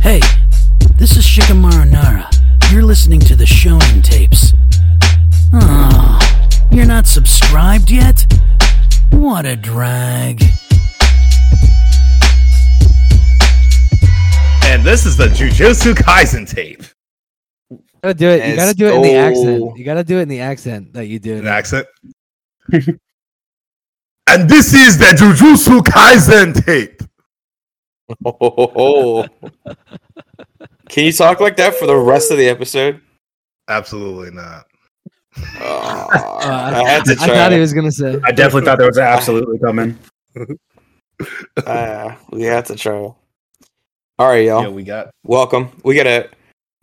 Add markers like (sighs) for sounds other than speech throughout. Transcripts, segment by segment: Hey, this is Shikamaru Nara. You're listening to the Shonen Tapes. Oh, you're not subscribed yet? What a drag. And this is the Jujutsu Kaisen tape. Gotta do it. You And gotta do it in the so- accent. You gotta do it in the accent that you did. An accent. (laughs) and this is the Jujutsu Kaisen tape. Ho, ho, ho, ho. Can you talk like that for the rest of the episode? Absolutely not. Oh, Uh, I had to I try. thought he was gonna say. I definitely thought there was an absolutely coming. Uh, we had to try. All right, y'all. Yeah, we got. Welcome. We got to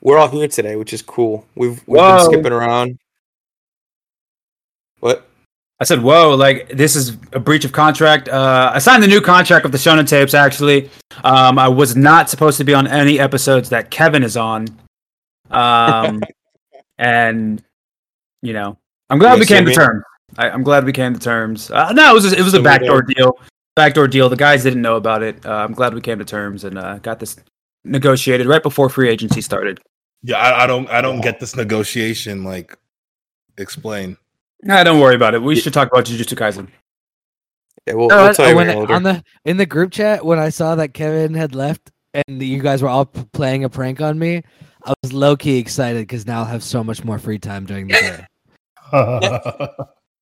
We're all here today, which is cool. We've we've Whoa. been skipping around. What? I said, "Whoa! Like this is a breach of contract." Uh, I signed the new contract with the Shonen Tapes. Actually, um, I was not supposed to be on any episodes that Kevin is on, um, and you know, I'm glad You we came see to me? terms. I, I'm glad we came to terms. Uh, no, it was it was So a we backdoor deal. Backdoor deal. The guys didn't know about it. Uh, I'm glad we came to terms and uh, got this negotiated right before free agency started. Yeah, I, I don't. I don't get this negotiation. Like, (laughs) explain. Nah, don't worry about it. We should talk about Jujutsu Kaisen. Yeah, we'll, No, we'll I- tell you when when I- we're older. on the in the group chat when I saw that Kevin had left and you guys were all p- playing a prank on me, I was low key excited because now I'll have so much more free time during the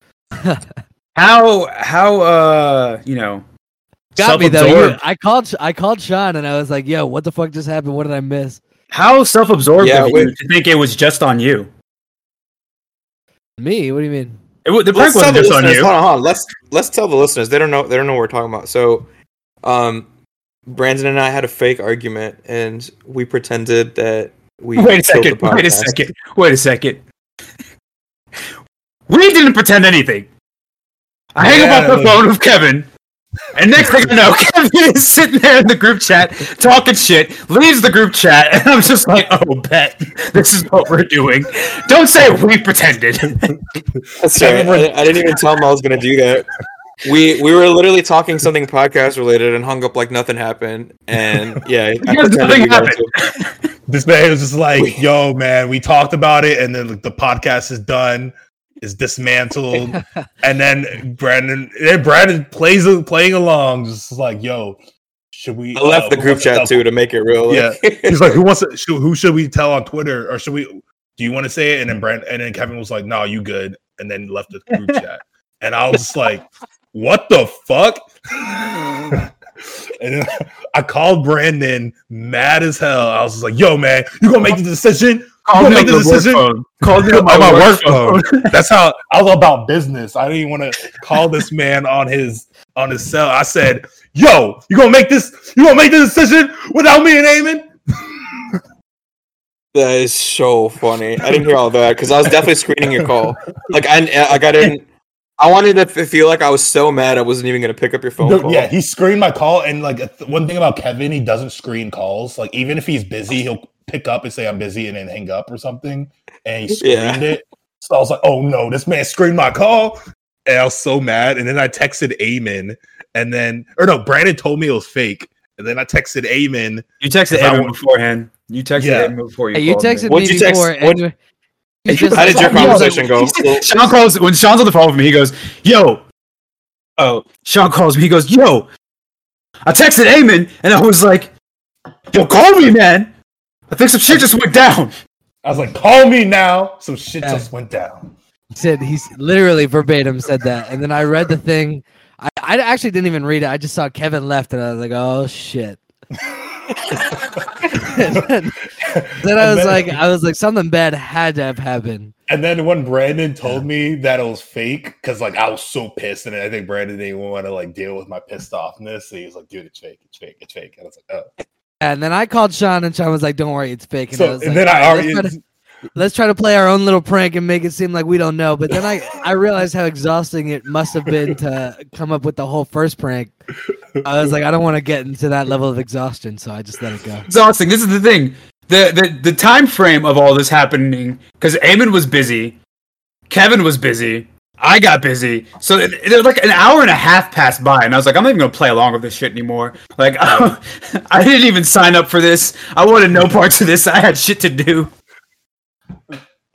(laughs) day. How how uh you know Got me though. you- self-absorbed- I called I called Sean and I was like, "Yo, what the fuck just happened? What did I miss?" How self-absorbed Yeah, of you wait. to think it was just on you? Me? What do you mean? It, wa- the prank let's tell wasn't the just on listeners. you. Hold on, hold on. Let's let's tell the listeners. They don't know. They don't know what we're talking about. So, um, Brandon and I had a fake argument, and we pretended that we (laughs) Wait a killed second. the Wait a podcast. (laughs) second. Wait a second. We didn't pretend anything. I hang up on the Yeah. phone with Kevin, and next thing I know, (laughs) Kevin is sitting there in the group chat talking shit. Leaves the group chat, and I'm just like, "Oh, bet this is what we're doing." Don't say we (laughs) pretended. That's right. I, I didn't even tell him I was going to do that. We we were literally talking something podcast related and hung up like nothing happened. And yeah, I Because pretended (laughs) nothing we got happened. into- this man was just like, "Yo, man, we talked about it, and then like, the podcast is done, is (laughs) dismantled, and then Brandon, then Brandon plays playing along, just like, yo, should we?" I left uh, the who group wants to chat tell- too to make it real. Yeah. (laughs) Yeah. He's like, "Who wants to? Should, who should we tell on Twitter, or should we? Do you want to say it?" And then Brandon, and then Kevin was like, "No, you good," and then left the group chat, and I was just like, "What the fuck?" And then I called Brandon mad as hell. I was just like, yo, man, you gonna make the decision? Call Don't me make on the the work decision. phone. Call me (laughs) on on my work phone. phone. That's how I was about business. I didn't want to call this man on his on his cell. I said, "Yo, you gonna make this? You gonna make the decision without me and Eamon?" That is so funny. I didn't hear all that because I was definitely screening your call. Like I like I didn't. I wanted to f- feel like I was so mad I wasn't even going to pick up your phone Dude, call. yeah, he screened my call. And like th- one thing about Kevin, he doesn't screen calls. Like even if he's busy, he'll pick up and say, "I'm busy," and then hang up or something. And he screened Yeah. it. So I was like, "Oh no, this man screened my call." And I was so mad. And then I texted Eamon, and then or no, Brandon told me it was fake. And then I texted Eamon. You texted Because I Evan wa- beforehand. You texted Yeah. Evan before you. Hey, you called me. (laughs) texted What'd me you text- before. what- and you- (laughs) you just- How did your Yo, conversation go? Sean calls when Sean's on the phone with me. He goes, "Yo, oh." Sean calls me. He goes, "Yo." I texted Eamon and I was like, "Yo, call me, man. I think some shit just went down." I was like, call me now. Some shit Yeah. just went down. (laughs) said he's literally verbatim said that and then i read the thing I, I actually didn't even read it i just saw kevin left and i was like oh shit And then, then i And was then- like i was like something bad had to have happened And then when Brandon told me that it was fake, because like I was so pissed, and I think Brandon didn't want to like deal with my pissed offness. So he was like, dude, it's fake, it's fake, it's fake. And I was like, oh. and then i called sean and sean was like don't worry it's fake and, I so was and like, then I "All right, already let's, try to, (laughs) let's try to play our own little prank and make it seem like we don't know but then i i realized how exhausting it must have been to come up with the whole first prank i was like i don't want to get into that level of exhaustion so i just let it go Exhausting. This is the thing. The the the time frame of all this happening because Eamon was busy, Kevin was busy, I got busy. So it, it- like an hour and a half passed by, and I was like, I'm not even gonna play along with this shit anymore. Like, (laughs) I didn't even sign up for this. I wanted no parts of this. I had shit to do.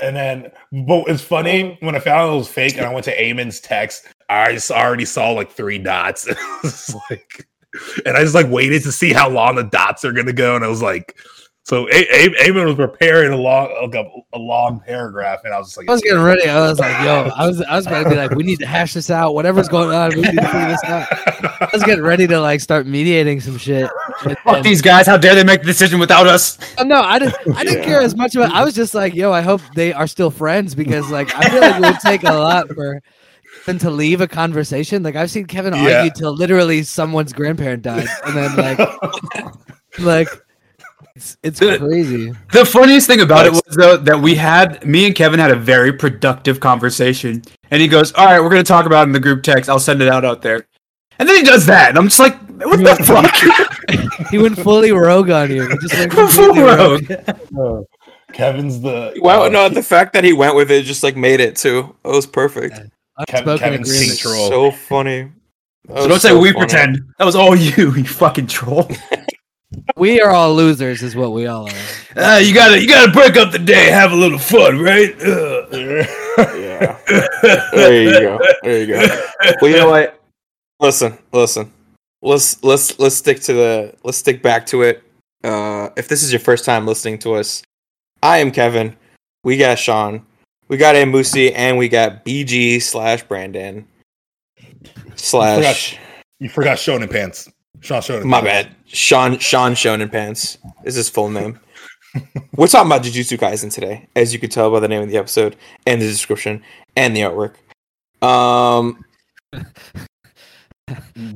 And then, but it's funny when I found out it was fake, and I went to Eamon's text. I s- already saw like three dots. (laughs) It was like, and I just like waited to see how long the dots are gonna go, and I was like, so A- A- Eamon was preparing a long, like a, a long paragraph, and I was just like, I was getting ready. I was like, yo, I was I was about to be like, we need to hash this out. Whatever's going on, we need to figure this out. I was getting ready to like start mediating some shit. And- Fuck and- these guys! How dare they make the decision without us? Oh, no, I didn't. I didn't care as much about. I was just like, yo, I hope they are still friends because like I feel like it would take a lot for them to leave a conversation. Like I've seen Kevin argue Yeah. till literally someone's grandparent died, and then like (laughs) like it's it's Dude. crazy. The funniest thing about it was though that we had me and Kevin had a very productive conversation, and he goes, "All right, we're gonna talk about it in the group text. I'll send it out out there." And then he does that, and I'm just like, (laughs) "What the fuck?" He went fully rogue on you. He Just went (laughs) Full completely rogue. rogue. "Oh, (laughs) Kevin's the Wow, no, the fact that he went with it just like made it too. That was perfect. Kev- Unspoken Kevin's agreement. Big troll. So funny. That So was don't say so we funny. pretend. That was all (laughs) you, you fucking (laughs) troll. We are all losers, is what we all are. Uh, you gotta, you gotta break up the day, have a little fun, right? Ugh. (laughs) Yeah. There you (laughs) go. There you go. Well, you know what? Listen, listen. Let's let's let's stick to the let's stick back to it. Uh, if this is your first time listening to us, I am Kevin. We got Sean. We got Amusi, and we got BG slash Brandon slash. you forgot Shonen Pants. Sean Shonen. My Pants. bad. Sean Sean Shonen Pants is his full name. We're talking about Jujutsu Kaisen today, as you could tell by the name of the episode and the description and the artwork. Um,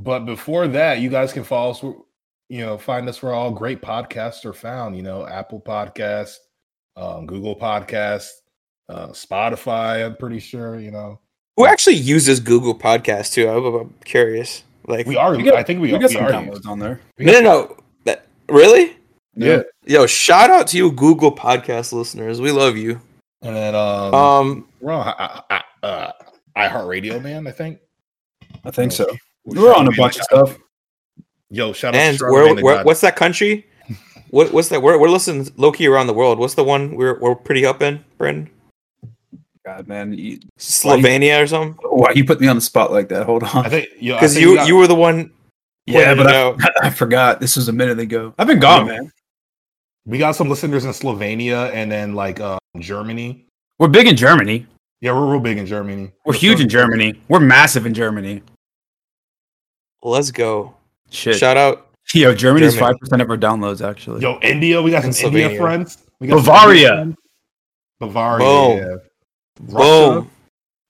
But before that, you guys can follow us. where- You know, find us where all great podcasts are found. You know, Apple Podcast, um, Google Podcast, uh, Spotify. I'm pretty sure. You know, who actually uses Google Podcast too? I'm, I'm curious. Like, we are. We got- I think we, We are. got we some are downloads on there. no, no, no. That, really? yeah. Yo, shout out to you, Google Podcast listeners. We love you. And then um, Um, we're on I, I, I, uh, iHeartRadio, man. I think I think so. We're on a bunch of stuff. Yo, shout out and to where, Charlamagne the where, God. what's that (laughs) country? What, what's that? We're, we're listening low key around the world. What's the one we're, we're pretty up in, Brandon? God, man, you, Slovenia or something? why you put me on the spot like that? Hold I on. think yo, I Because think you we got- you were the one. Yeah, but no, I forgot. This was a minute ago. I've been gone, man. we got some listeners in Slovenia and then like um, Germany. We're big in Germany. Yeah, we're real big in Germany. We're huge in Germany. We're massive in Germany. let's go. Shit. Shout out. Yo, Germany's Germany. five percent of our downloads actually. Yo, India. We got some India Pennsylvania. friends. We got some India Bavaria. friends. Bavaria. Boom. yeah. Russia, Boom.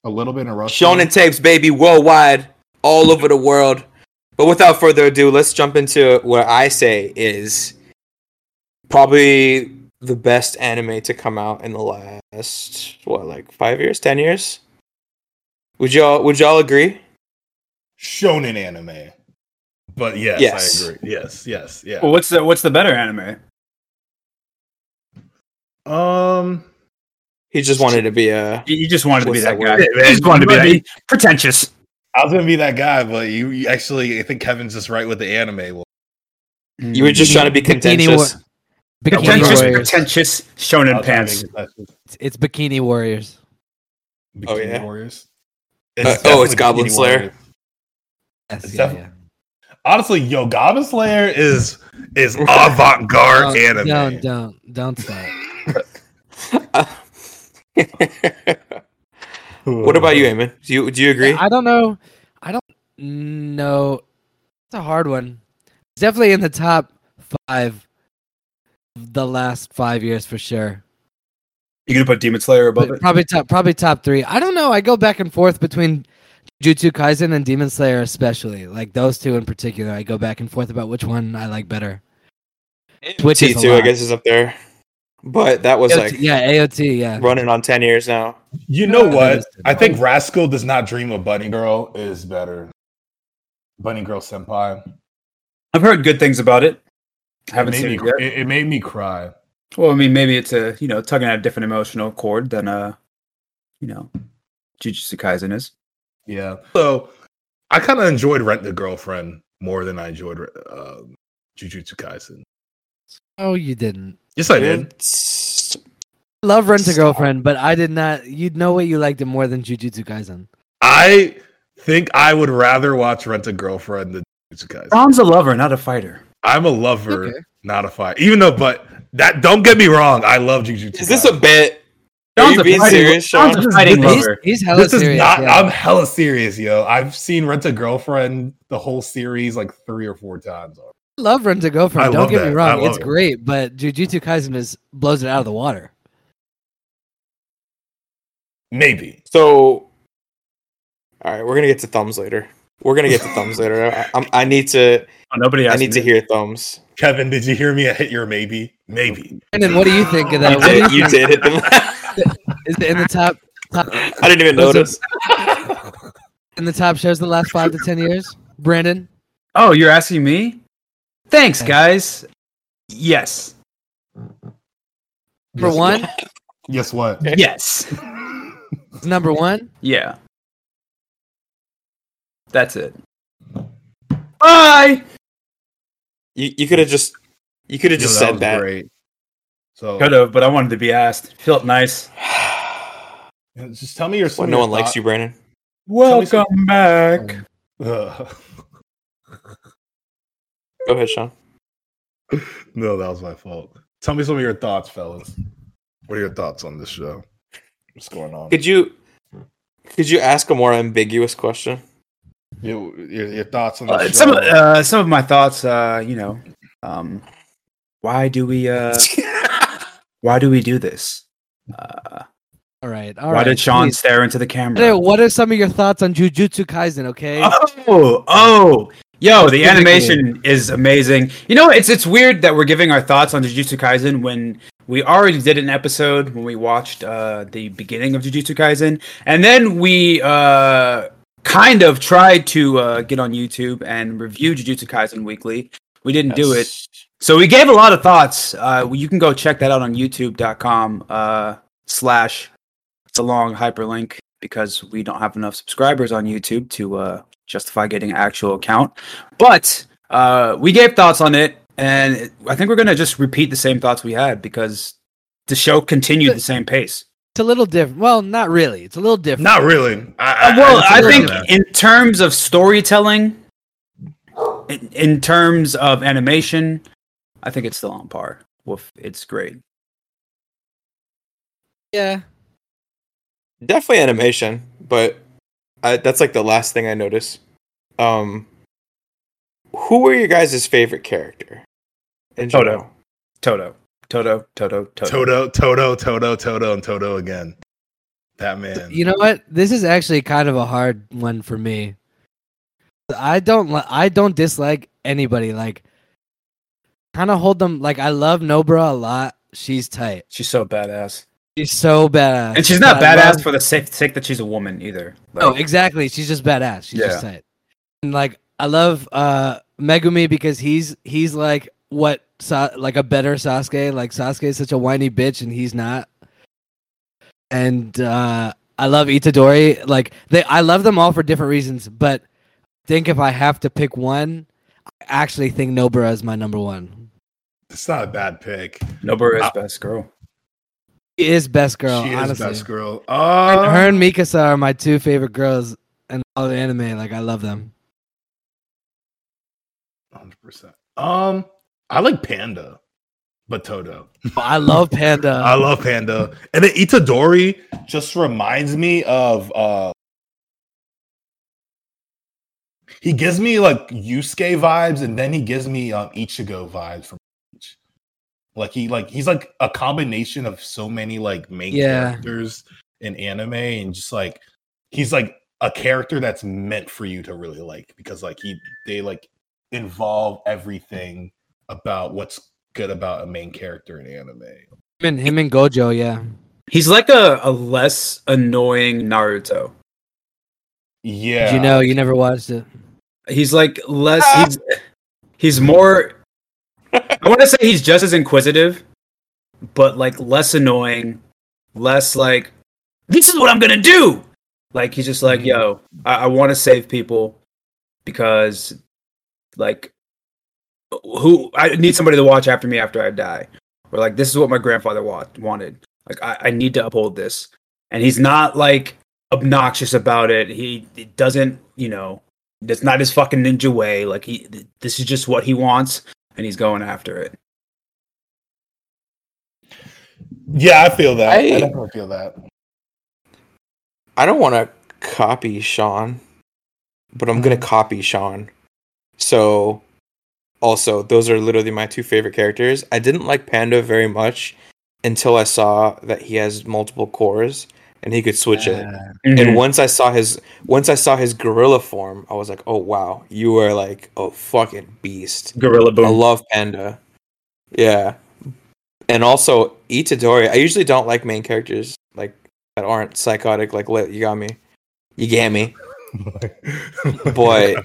A little bit in Russia. Shonen tapes, baby, worldwide, all over the world. But without further ado, let's jump into what I say is probably the best anime to come out in the last what, like five years, ten years. Would y'all Would y'all agree? Shonen anime. But yes, Yes. I agree. Yes, yes, yeah. Well, what's the what's the better anime? Um, He just wanted to be uh, a. You, you just wanted What's to be that, that guy. word? You just wanted to be Ready. that pretentious. I was gonna be that guy, but you, you actually, I think Kevin's just right with the anime. Well, You were just trying to be Bikini contentious. War- Bikini (laughs) pretentious, Warriors. pretentious I shonen was trying to pants. make a suggestion. It's Bikini Warriors. Bikini Oh, yeah? Warriors. Uh, oh, it's definitely Goblin Bikini Slayer. Warriors. Yes, yeah, yeah. Honestly, yo, Goblin Slayer is (laughs) is avant garde Don't, anime. don't, don't, don't stop. (laughs) what about you, Eamon? Do you Do you agree? I don't know. I don't know. It's a hard one. It's definitely in the top five of the last five years for sure. You gonna put Demon Slayer above But it? probably top, probably top three. I don't know. I go back and forth between Jujutsu Kaisen and Demon Slayer, especially like those two in particular. I go back and forth about which one I like better. Which T is two, I guess, is up there. But that was AOT, like yeah, AOT, yeah. running on ten years now. You know that what? is good. I think Rascal does not dream of Bunny Girl is better. Bunny Girl Senpai. I've heard good things about it. It Haven't made, seen me, it yet. it, it made me cry. Well, I mean, maybe it's a uh, you know tugging at a different emotional chord than a you know Jujutsu Kaisen is. Yeah. So I kind of enjoyed Rent the Girlfriend more than I enjoyed uh, Jujutsu Kaisen. Oh, you didn't. Yes, I did. It's- Love Rent a Stop. Girlfriend, but I did not. You'd know what you liked it more than Jujutsu Kaisen. I think I would rather watch Rent a Girlfriend than Jujutsu Kaisen. Ron's a lover, not a fighter. I'm a lover, Okay. not a fighter. Even though, but that don't get me wrong, I love Jujutsu. Is this a bit? Are Ron's you a being fighting- serious, Ron's Sean? a fighting He's, lover. he's hella this is serious. not. yeah. I'm hella serious, yo. I've seen Rent a Girlfriend the whole series like three or four times. already. I love Rent a Girlfriend. I Don't love get me that. I wrong; love it's it. great, but Jujutsu Kaisen is blows it out of the water. Maybe So, all right, we're gonna get to thumbs later. We're gonna get to thumbs later. I, I'm, I need to. Oh, nobody I asked need to me. hear thumbs. Kevin, did you hear me? I hit your maybe, maybe. And then, what do you think of You that? What do did, you you think? did hit them. (laughs) Is it in the top, top I didn't even Those are- notice. in the top shows in the last five to ten years? Brandon, Oh, you're asking me? Thanks, guys. (laughs) Yes. number one, Guess (laughs) what? Yes. It's number one. Yeah. That's it. Bye. You, you could have just. You could have just Yo, said was that. Great. So Could have, but I wanted to be asked. Felt nice. just tell me your. Well, no one likes you, Brandon. Welcome back. Um, Ugh. Go ahead, Sean. (laughs) no, that was my fault. Tell me some of your thoughts, fellas. What are your thoughts on this show? What's going on? Could you? Could you ask a more ambiguous question? Your, your, your thoughts on the Uh, show? some uh, some of my thoughts, uh, you know, um, why do (laughs) we uh, why do we do this? Uh, All right, all right. why did Sean please. stare into the Hey, camera? what are some of your thoughts on Jujutsu Kaisen? Okay, Oh, oh, yo, Specifically. the animation is amazing. You know, it's it's weird that we're giving our thoughts on Jujutsu Kaisen when we already did an episode when we watched uh, the beginning of Jujutsu Kaisen, and then we uh, kind of tried to uh, get on YouTube and review Jujutsu Kaisen weekly. We didn't do it. So we gave a lot of thoughts. Uh, you can go check that out on youtube.com uh, slash it's a long hyperlink because we don't have enough subscribers on YouTube to uh, justify getting an actual account. But uh, we gave thoughts on it, and it- I think we're going to just repeat the same thoughts we had because the show continued the same pace. it's a little different. Well, not really. It's a little different. Not really. I, I, well, I disagree think with that. in terms of storytelling, in, in terms of animation, I think it's still on par. Woof, it's great. Yeah, Definitely animation, but I, that's like the last thing I notice. Um, who were your guys' favorite character? In Toto. general? Toto. Toto, Toto, Toto. Toto, Toto, Toto, Toto, and Toto again. That man. You know what? This is actually kind of a hard one for me. I don't li- I don't dislike anybody. Like, kind of hold them. Like, I love Nobra a lot. She's tight. She's so badass. She's so badass. And she's not But I badass love- for the sake, sake that she's a woman either. Like, No, Oh, exactly. She's just badass. She's just tight. And like, I love uh Megumi because he's he's like what Sa- like a better Sasuke. Like Sasuke is such a whiny bitch, and he's not. And uh I love Itadori. Like they, I love them all for different reasons. But I think if I have to pick one, I actually think Nobara is my number one. it's not a bad pick. Nobara is Uh, best girl. She is best girl. she is honestly, best girl. Her and- Uh, her and Mikasa are my two favorite girls in all the anime. Like I love them. (laughs) 100%. Um, I like Panda, but Toto. I love Panda. I love Panda. And then Itadori just reminds me of uh He gives me like Yusuke vibes and then he gives me um Ichigo vibes from Bleach. Like he like he's like a combination of so many like main Yeah. characters in anime and just like he's like a character that's meant for you to really like because like he they like involve everything about what's good about a main character in anime. Him and, him and Gojo, yeah. He's like a, a less annoying Naruto. Yeah. You know, you never watched it. He's like less. Ah. He's he's more. I want to say he's just as inquisitive, but like less annoying, less like this is what I'm gonna do. Like he's just like, yo, I, I want to save people because, like, who I need somebody to watch after me after I die, or like this is what my grandfather wa- wanted. Like I, I need to uphold this, and he's not like obnoxious about it. He, he doesn't, you know, that's not his fucking ninja way. Like he, th- this is just what he wants, and he's going after it. Yeah, I feel that. I, I- definitely feel that. I don't want to copy Sean, but I'm gonna copy Sean. So, also, those are literally my two favorite characters. I didn't like Panda very much until I saw that he has multiple cores and he could switch uh, Ah. it. And once I saw his once I saw his gorilla form, I was like, "Oh wow, you are like a fucking beast." Gorilla I boom. love Panda. Yeah. And also Itadori. I usually don't like main characters like that aren't psychotic like lit. You got me. You got me. But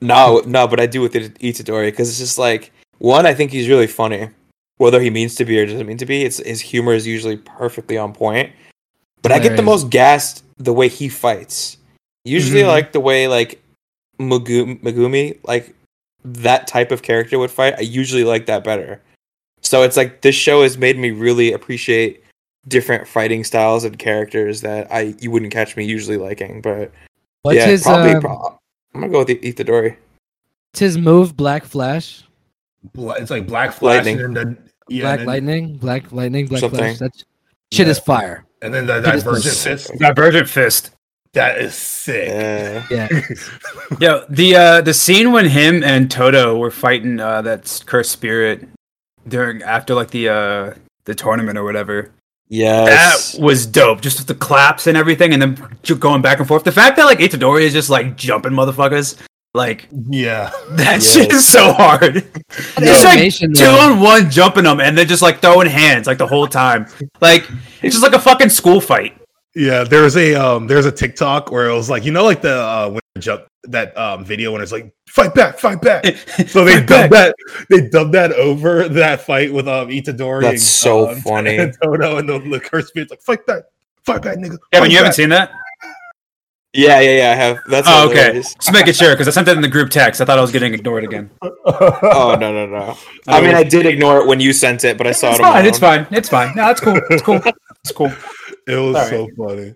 no, no, but I do with it- Itadori because it's just like one, I think he's really funny. Whether he means to be or doesn't mean to be, it's his humor is usually perfectly on point. But I get the Hilarious. most gassed the way he fights. Usually Mhm. Mm-hmm. like the way like Megumi, Megumi like that type of character would fight, I usually like that better. So it's like this show has made me really appreciate different fighting styles and characters that I you wouldn't catch me usually liking. But What's yeah, his probably. um, pro- I'm gonna go with Itadori. what's his move? Black Flash, Bla- It's like Black Flash Lightning. and then yeah, and Black then, Lightning, Black Lightning, Black Something. Flash. That's shit Yeah. is fire. and then the He just Divergent does- Fist. Divergent fist. That is sick. Yeah. Yeah, Yo, the uh the scene when him and Toto were fighting uh that cursed spirit during after like the uh the tournament or whatever. Yes. That was dope. Just with the claps and everything and then ju- going back and forth. The fact that like Itadori is just like jumping motherfuckers, like (laughs) Yeah. that Yes. shit is so hard. It's like animation, two though. on one jumping them and then just like throwing hands like the whole time. Like it's just like a fucking school fight. Yeah, there was a um there's a TikTok where it was like, you know, like the uh when they jump that um video when it's like fight back, fight back. So they Fight dubbed back. that they dubbed that over that fight with um Itadori That's so um, (laughs) funny. and Toto and the, the curse spirit's like fight back, fight back, nigga. Kevin, fight you haven't back." seen that? yeah, yeah, yeah. I have. That's Oh, okay. hilarious. Just making sure because I sent that in the group text. I thought I was getting ignored again. (laughs) Oh no, no, no. I mean, I did ignore it when you sent it, but I saw it's it. On fine. my It's own. fine. It's fine. No, that's cool. It's cool. (laughs) It's cool. it was Sorry. so funny.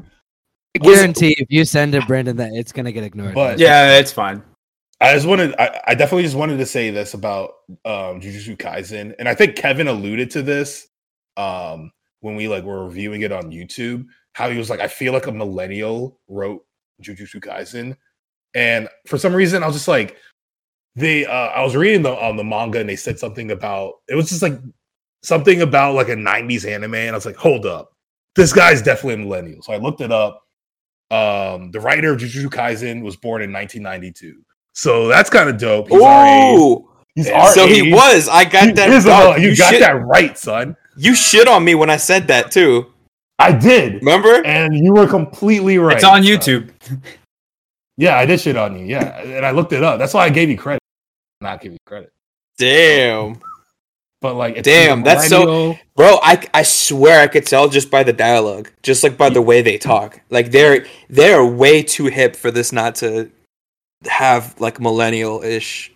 I guarantee if you send it, Brandon, that it's gonna get ignored. But- Yeah, it's fine. I just wanted, I, I definitely just wanted to say this about um, Jujutsu Kaisen, and I think Kevin alluded to this um, when we like were reviewing it on YouTube. How he was like, I feel like a millennial wrote Jujutsu Kaisen, and for some reason, I was just like, they. Uh, I was reading the on the manga, and they said something about it was just like something about like a '90s anime, and I was like, hold up, this guy's definitely a millennial. So I looked it up. Um, the writer of Jujutsu Kaisen was born in 1992. So that's kind of dope. He's our age. Ooh, He's our so he age. was. I He got that. is a wrong. mil- you, got shit, that right, son. You shit on me when I said that too. I did, Remember? and you were completely right. It's on son. YouTube. Yeah, I did shit on you. Yeah, and I looked it up. That's why I gave you credit. Not give you credit, Damn, but like, it's Damn, a that's so- millennial- bro. I I swear I could tell just by the dialogue, just like by the way they talk. Like they're they're way too hip for this not to have like millennial ish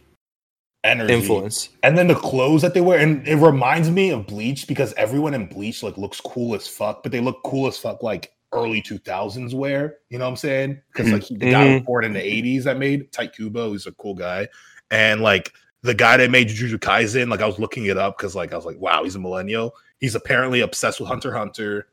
energy. influence. and then the clothes that they wear and it reminds me of bleach because everyone in bleach like looks cool as fuck but they look cool as fuck like early 2000s wear you know what i'm saying because like the Mm-hmm. guy was born in the 80s that made tight kubo he's a cool guy and like the guy that made Jujutsu Kaisen, like I was looking it up because like I was like, wow, he's a millennial. He's apparently obsessed with Hunter x Hunter.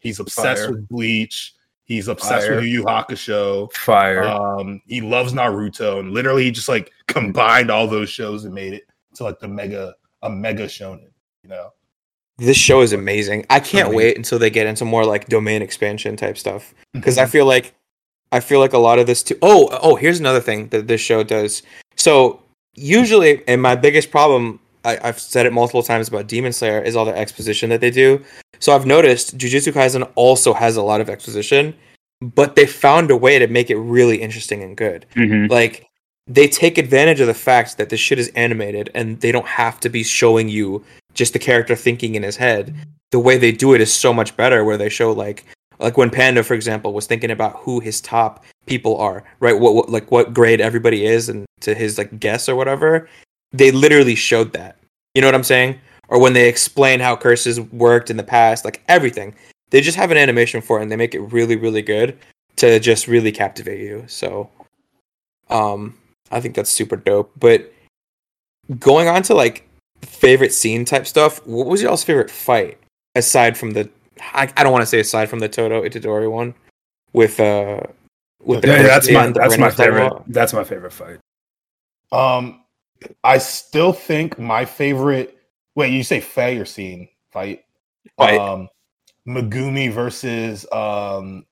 He's obsessed Fire. with Bleach. He's obsessed Fire. with Yu Yu Hakusho. Fire. Uh, Um, he loves Naruto, and literally he just like (laughs) combined all those shows and made it to like the mega a mega shonen. You know, This show is amazing. I can't Amazing. wait until they get into more like domain expansion type stuff because I feel like I feel like a lot of this too. Oh, oh, here's another thing that this show does. So usually, and my biggest problem, I, I've said it multiple times about Demon Slayer, is all the exposition that they do. So I've noticed Jujutsu Kaisen also has a lot of exposition, but they found a way to make it really interesting and good. Mm-hmm. Like they take advantage of the fact that this shit is animated and they don't have to be showing you just the character thinking in his head. The way they do it is so much better where they show like, like when Panda, for example, was thinking about who his top people are, right? What, what like what grade everybody is, and to his like guess or whatever, they literally showed that. You know what I'm saying? Or when they explain how curses worked in the past, like everything, they just have an animation for it, and they make it really, really good to just really captivate you. So, um, I think that's super dope. But going on to like favorite scene type stuff, what was y'all's favorite fight aside from the? I, I don't want to say aside from the Toto Itadori one with uh with Yeah, that's Percy my and the that's my Renaissance favorite. law. That's my favorite fight. Um, I still think my favorite. Wait, you say Faye or scene fight? Fight. Um, Megumi versus um,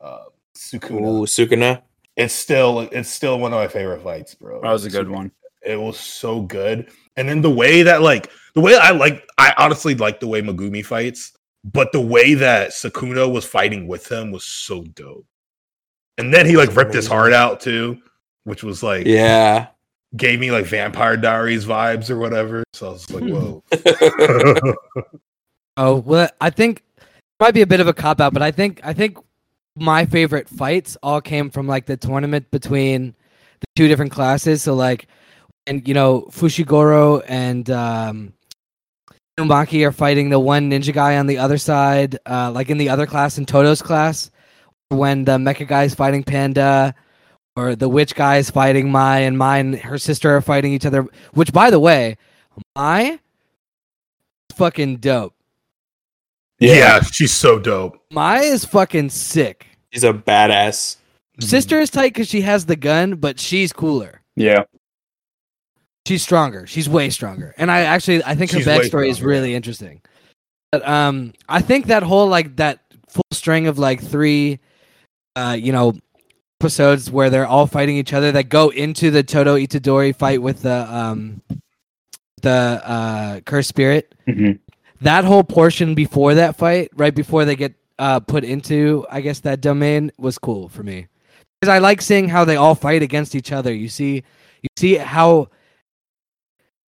uh, Sukuna. Ooh, Sukuna. It's still it's still one of my favorite fights, bro. That was a good one. It was so good, and then the way that like the way I like I honestly like the way Megumi fights, but the way that Sukuna was fighting with him was so dope. And then he like ripped his heart out too, which was like (laughs) Yeah. (laughs) gave me like Vampire Diaries vibes or whatever. So I was like, whoa. Oh well, I think it might be a bit of a cop out, but I think I think my favorite fights all came from like the tournament between the two different classes. So like, and you know Fushigoro and um, Numaki are fighting the one ninja guy on the other side, uh, like in the other class in Toto's class, when the mecha guy is fighting Panda. Or the witch guy is fighting Mai, and Mai and her sister are fighting each other. Which, by the way, Mai, is fucking dope. yeah. she's so dope. Maya is fucking sick. He's a badass. Mm-hmm. Sister is tight because she has the gun, but she's cooler. Yeah, She's stronger. She's way stronger. And I actually I think She's her way backstory is stronger, really interesting. But um I think that whole like that full string of like three uh you know episodes where they're all fighting each other that go into the Toto Itadori fight with the um the uh cursed spirit Mm-hmm. Mhm. that whole portion before that fight, right before they get uh, put into, I guess that domain was cool for me because I like seeing how they all fight against each other. You see, you see how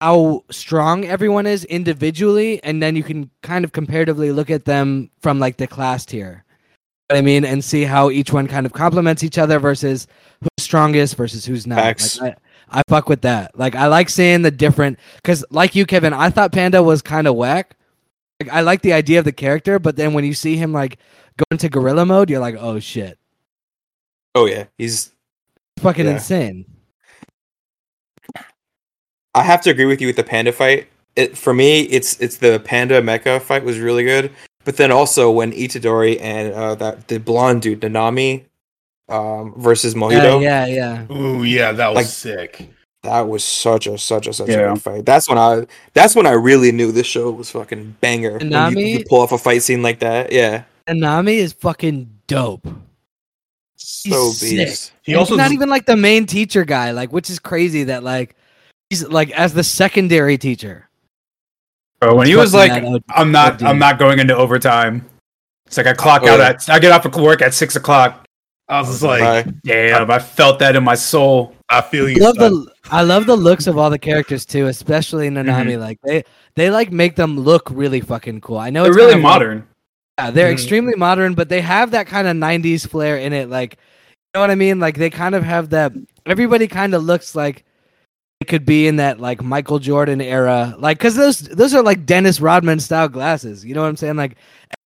how strong everyone is individually, and then you can kind of comparatively look at them from like the class tier. You know what I mean, and see how each one kind of complements each other versus who's strongest versus who's not. Like, Facts. I, I fuck with that. Like I like seeing the different because, like you, Kevin, I thought Panda was kind of whack. Like, I like the idea of the character, but then when you see him like go into gorilla mode, you're like, oh shit, Oh yeah. He's fucking Yeah. insane. I have to agree with you with the panda fight. It, for me, it's it's the panda mecha fight was really good. But then also when Itadori and uh, that the blonde dude Nanami um, versus Yeah, Mojito, Uh, yeah, yeah. Ooh, yeah, that was Like- sick. that was such a such a such Yeah. a good fight. That's when I that's when I really knew this show was fucking banger. When you- you, Nanami- pull off a fight scene like that, yeah, Anami is fucking dope. so sick. beast. He And also he's not even like the main teacher guy, like which is crazy that like he's like as the secondary teacher. Bro, when he was Fucking like, that out- "I'm not, dude. I'm not going into overtime." It's like I clock Oh, out yeah. at, I get off of work at six o'clock. I was just like, Right. Damn, I felt that in my soul. I feel you. uh, I love son. the I love the looks of all the characters too, especially Nanami. Mm-hmm. Like they they like make them look really fucking cool. I know They're it's really kind of- modern. Yeah, they're Mm-hmm. Mhm. extremely modern, but they have that kind of '90s flair in it. Like, you know what I mean? Like, they kind of have that. Everybody kind of looks like it could be in that like Michael Jordan era, like because those those are like Dennis Rodman style glasses. You know what I'm saying? Like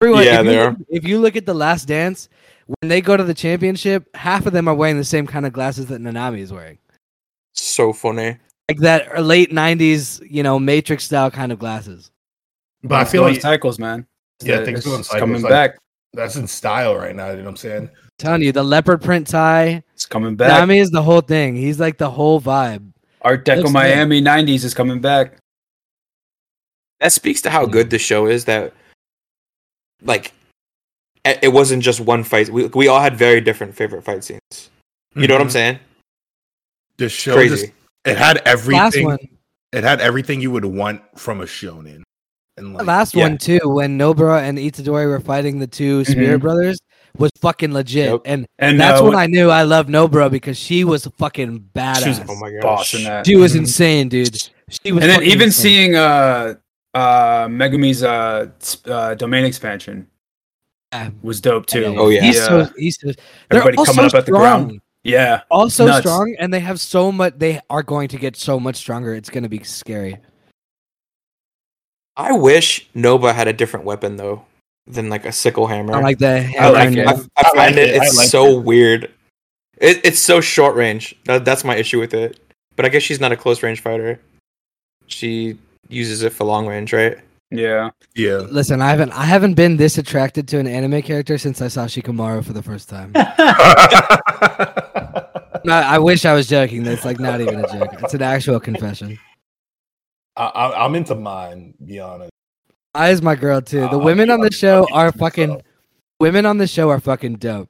everyone. Yeah, if you they look- If you look at the Last Dance, when they go to the championship, half of them are wearing the same kind of glasses that Nanami is wearing, So funny. like that late '90s, you know, Matrix style kind of glasses. but I feel like cycles, man. Yeah, That- things it's go in just cycles, coming like- back. that's in style right now. You know what I'm saying? telling you, the leopard print tie. It's coming back. Nanami is the whole thing. He's like the whole vibe. Art Deco Looks Miami '90s is coming back. that speaks to how Mm-hmm. good the show is that like it it wasn't just one fight we, we all had very different favorite fight scenes you know what i'm saying The show crazy Mm-hmm. (laughs) just it had Last everything. one. It had everything you would want from a shonen. And The like, last yeah. one too, when Nobara and Itadori were fighting the two Spirit Mhm. Brothers, was fucking legit, Yep. and And that's uh, when I knew I loved Nobara because she was fucking badass. She was oh my boss gosh in that. She was insane, dude. She was. Mm-hmm. and then fucking even insane. seeing uh uh Megumi's uh, s- uh domain expansion was dope too. Oh, yeah. He's so he's so, they're Everybody all coming so up at the strong. ground. Yeah. All so Nuts. strong, and they have so much. They are going to get so much stronger. It's going to be scary. I wish Nova had a different weapon though than like a sickle hammer. I like the I like hammer it. and- I, I I like find it, it. I it's like so weird. It, it's so short range. That, that's my issue with it. But I guess she's not a close range fighter. She uses it for long range, right? Yeah. (laughs) Yeah. Listen, I haven't I haven't been this attracted to an anime character since I saw Shikamaru for the first time. No, I wish I was joking. That's like not even a joke. It's an actual confession. I, I, I'm into mine. to Be honest. I is my girl too. The Uh, women on I'm- the show I'm are into fucking myself. women on the show are fucking dope.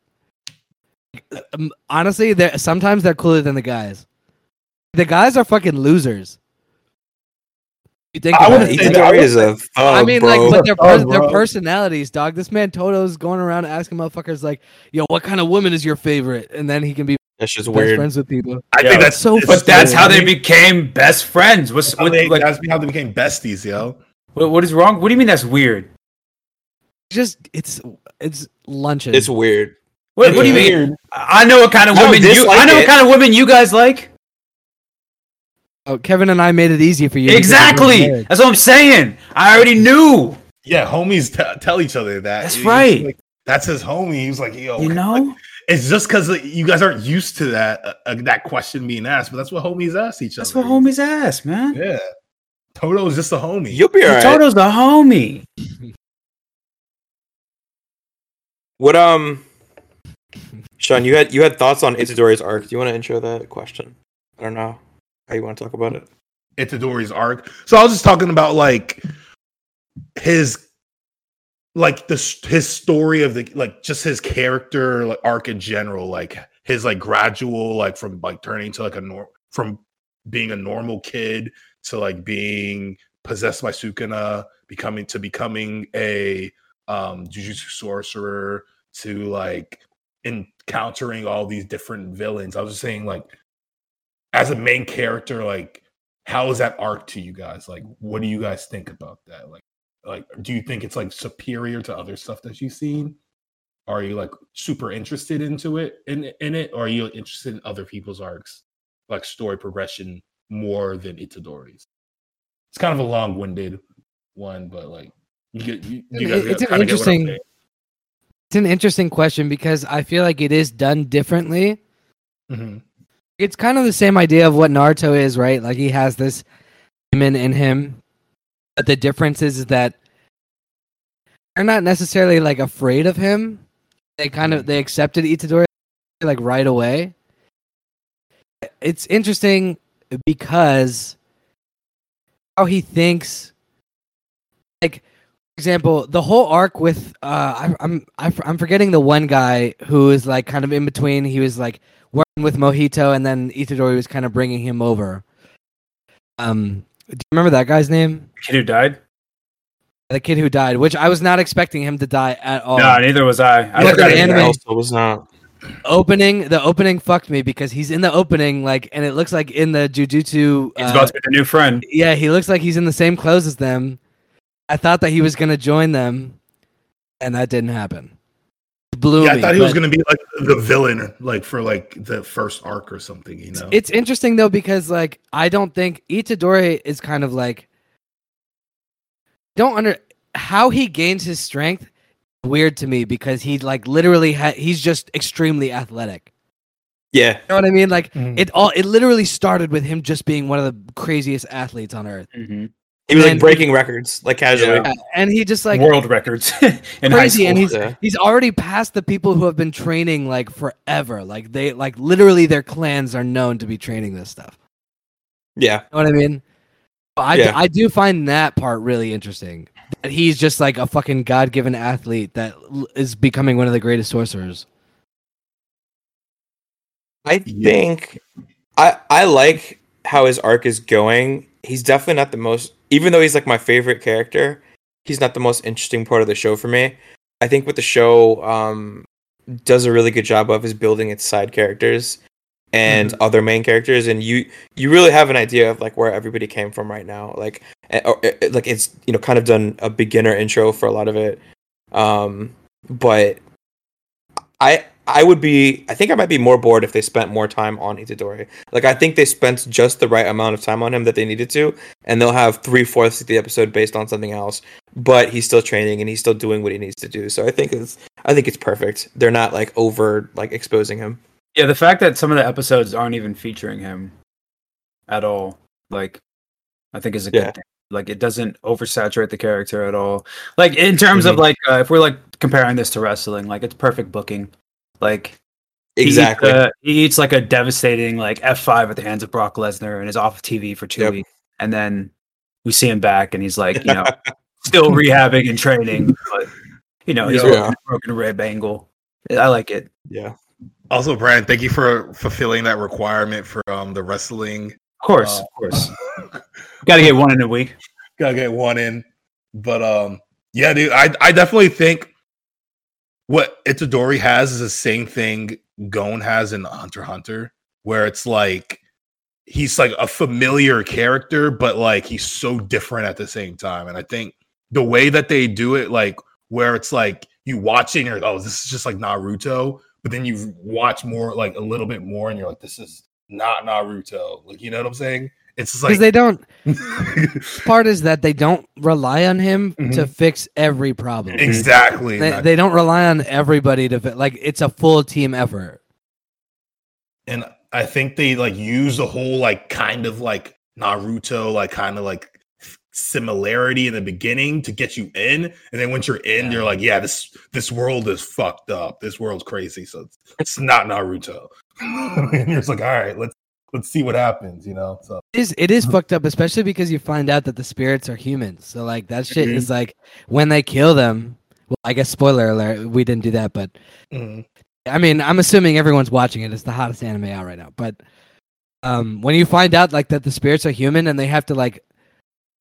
Um, Honestly, they're sometimes they're cooler than the guys. The guys are fucking losers. You think I about would it. say Uh, Itadori that- I would is a thug, I mean, bro. like, but their Oh, pers- their bro. personalities, dog. This man Toto's going around asking motherfuckers like, "Yo, what kind of woman is your favorite?" And then he can be that's just best weird. friends with people. I Yeah. think that's So it's- But that's how they be- became best friends. What's how what, they, like, that's how they became besties, yo. what- what is wrong? What do you mean that's weird? Just it's it's luncheon. It's weird. What, what do you Yeah. mean? I know what kind of I don't women you. dislike I know it. what kind of women you guys like. oh, Kevin and I made it easy for you. because we're Exactly. married. That's what I'm saying. I already knew. Yeah, homies t- tell each other that. That's He- right. like, that's his homie. He was like, yo, You know. it's just because you guys aren't used to that uh, uh, that question being asked, but that's what homies ask each That's other. what homies ask, man. Yeah, Toto's just a homie. You'll be alright. Toto's the homie. What um, Sean, you had you had thoughts on Itadori's arc. Do you want to intro that question? I don't know how you want to talk about it. Itadori's arc. So I was just talking about like his like the s- his story of the like just his character like arc in general, like his like gradual like from like turning to like a norm from being a normal kid to like being possessed by Sukuna, becoming to becoming a um jujutsu sorcerer to like encountering all these different villains. I was just saying like as a main character, like how is that arc to you guys? Like, what do you guys think about that? Like, like, do you think it's like superior to other stuff that you've seen? Are you like super interested into it in in it, or are you interested in other people's arcs, like story progression more than Itadori's? It's kind of a long winded one, but like you get you, you It- guys it's kinda an get what I'm interesting- saying. It's an interesting question because I feel like it is done differently. Mhm. it's kind of the same idea of what Naruto is, right? Like he has this demon in him, but the difference is, is that they're not necessarily like afraid of him. They kind of they accepted Itadori like right away. It's interesting because how he thinks, like for example, the whole arc with uh, I, I'm I, I'm forgetting the one guy who is like kind of in between. He was like working with Mojito, and then Itadori was kind of bringing him over. Um, do you remember that guy's name? Kid who died? The kid who died, which I was not expecting him to die at all. No, neither was I. I Look forgot at he anime. died. Else it was not. Opening the opening fucked me because he's in the opening like, and it looks like in the Jujutsu. He's uh, about to get a new friend. Yeah, he looks like he's in the same clothes as them. I thought that he was gonna join them, and that didn't happen. It blew Yeah, I me, thought he was but- gonna be like the villain, like for like the first arc or something. You know, It's interesting though because like I don't think Itadori is kind of like don't under how he gains his strength is weird to me because he like literally ha- he's just extremely athletic. Yeah, You know what I mean? Like Mhm. it all it literally started with him just being one of the craziest athletes on earth. he was And- like breaking records like casually. Yeah. And he just like World records (laughs) in high Crazy, school. and he's- Yeah. he's already past the people who have been training like forever. Like they like literally their clans are known to be training this stuff. yeah. know what I mean? But I, Yeah. I do find that part really interesting. That he's just like a fucking god given athlete that l- is becoming one of the greatest sorcerers. I Yeah. think I I like how his arc is going. He's definitely not the most even though he's like my favorite character, he's not the most interesting part of the show for me. I think what the show um does a really good job of is building its side characters and other main characters and you you really have an idea of like where everybody came from right now. Like eh, or, eh, eh, like it's you know kind of done a beginner intro for a lot of it. Um but I I would be I think I might be more bored if they spent more time on Itadori. Like I think they spent just the right amount of time on him that they needed to, and they'll have three fourths of the episode based on something else. But he's still training and he's still doing what he needs to do. So I think it's I think it's perfect. They're not like over like exposing him. Yeah, the fact that some of the episodes aren't even featuring him at all, like, I think is a Yeah. good thing. Like, it doesn't oversaturate the character at all. Like, in terms of like, uh, if we're like comparing this to wrestling, like, it's perfect booking. Like, he eats, Exactly. uh, He eats, like a devastating like F five at the hands of Brock Lesnar and is off of TV for two Yep. weeks, and then we see him back and he's like, you know, still rehabbing and training, but you know, he's Yeah. working a broken rib angle. I like it. yeah. Also, Brandon, thank you for fulfilling that requirement for um the wrestling. Of course, Uh, of course. (laughs) Got to get one in a week. Gotta get one in. But um, yeah, dude, I I definitely think what Itadori has is the same thing Gon has in Hunter x Hunter, where it's like he's like a familiar character, but like he's so different at the same time. And I think the way that they do it, like where it's like you watch it and you're like, oh, this is just like Naruto, but then you watch more like a little bit more and you're like, this is not Naruto. Like, you know what I'm saying? It's just because like they don't. (laughs) Part is that they don't rely on him to Mhm. fix every problem. exactly. and They, I- they don't rely on everybody to fit. Like it's a full team effort. and I think they like use the whole like kind of like Naruto like kind of like f- similarity in the beginning to get you in, and then once you're in, you're like, yeah, this this world is fucked up. This world's crazy, so it's, it's not Naruto. (laughs) and you're just like, all right, let's let's see what happens, you know. So It is it is Uh-huh. fucked up, especially because you find out that the spirits are humans. So like that shit Mhm. is like when they kill them. Well, I guess spoiler alert. We didn't do that, but mhm. I mean, I'm assuming everyone's watching it. It's the hottest anime out right now. But um, when you find out like that the spirits are human and they have to like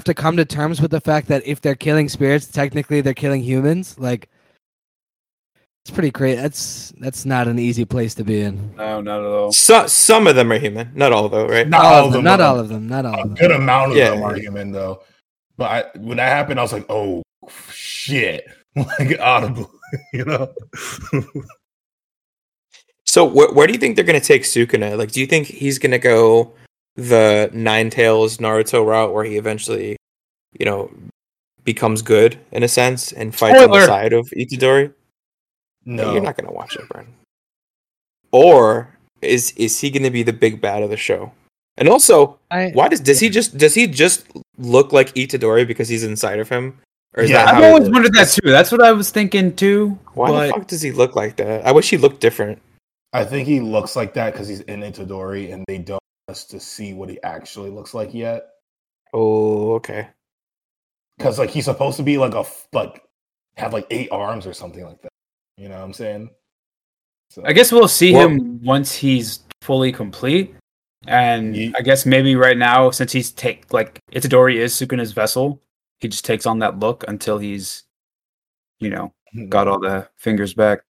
have to come to terms with the fact that if they're killing spirits, technically they're killing humans. Like it's pretty crazy. That's that's not an easy place to be in. No, not at all. So, some of them are human, not all though, right? not all of them, Not but all of them. Not all a of good them. amount of Yeah. them are human though. But I, when that happened, I was like, oh shit, (laughs) like audible, (laughs) you know. So wh- where do you think they're gonna take Sukuna? Like, do you think he's gonna go the Nine Tails Naruto route, where he eventually, you know, becomes good in a sense and fights on Spoiler. the side of Itadori? no, you're not gonna watch it, Brian. Or is is he gonna be the big bad of the show? And also, I, why does does he just does he just look like Itadori because he's inside of him? Or is Yeah, that I've how he always looks? wondered that too. That's what I was thinking too. Why but the fuck does he look like that? I wish he looked different. I think he looks like that because he's in Itadori and they don't want us to see what he actually looks like yet. Oh, okay. Because like he's supposed to be like a f- like have like eight arms or something like that. You know what I'm saying? So, I guess we'll see Well- him once he's fully complete. And Ye- I guess maybe right now, since he's take like Itadori is Sukuna's vessel, he just takes on that look until he's, you know, Hmm. got all the fingers back.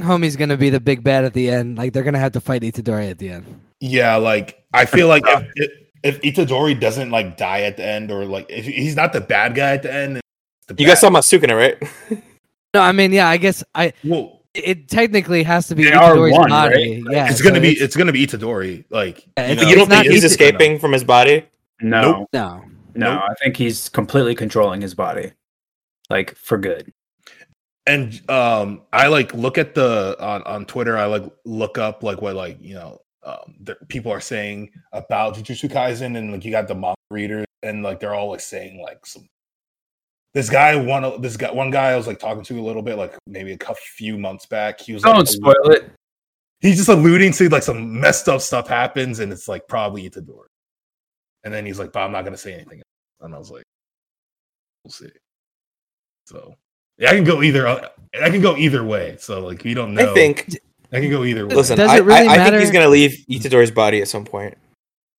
homie's gonna be the big bad at the end. Like they're gonna have to fight Itadori at the end. Yeah, like I feel like (laughs) if, if if Itadori doesn't like die at the end or like if he's not the bad guy at the end, it's the You guys bad- talking about Sukuna, right? No, I mean, yeah, I guess I Well, it technically has to be They are Itadori's one, body. Yeah, it's gonna so be it's, gonna be Itadori. Like Yeah, you it's- know? you don't it's not think he's Ita- escaping from his body? No, Nope. no. no, Nope. I think he's completely controlling his body, like for good. and um i like look at the on on twitter i like look up like what like you know um the, people are saying about jujutsu kaisen and like you got the manga readers and like they're all like saying like some this guy one of- this guy one guy i was like talking to a little bit like maybe a cou- few months back he was like, Don't spoil it. he's just alluding to like some messed up stuff happens and it's like probably Itadori. and then he's like but i'm not gonna say anything and i was like we'll see so yeah, i can go either uh, i can go either way so like we don't know I think I can go either way Listen, Does I, it really I, I think he's matter? gonna leave Itadori's body at some point.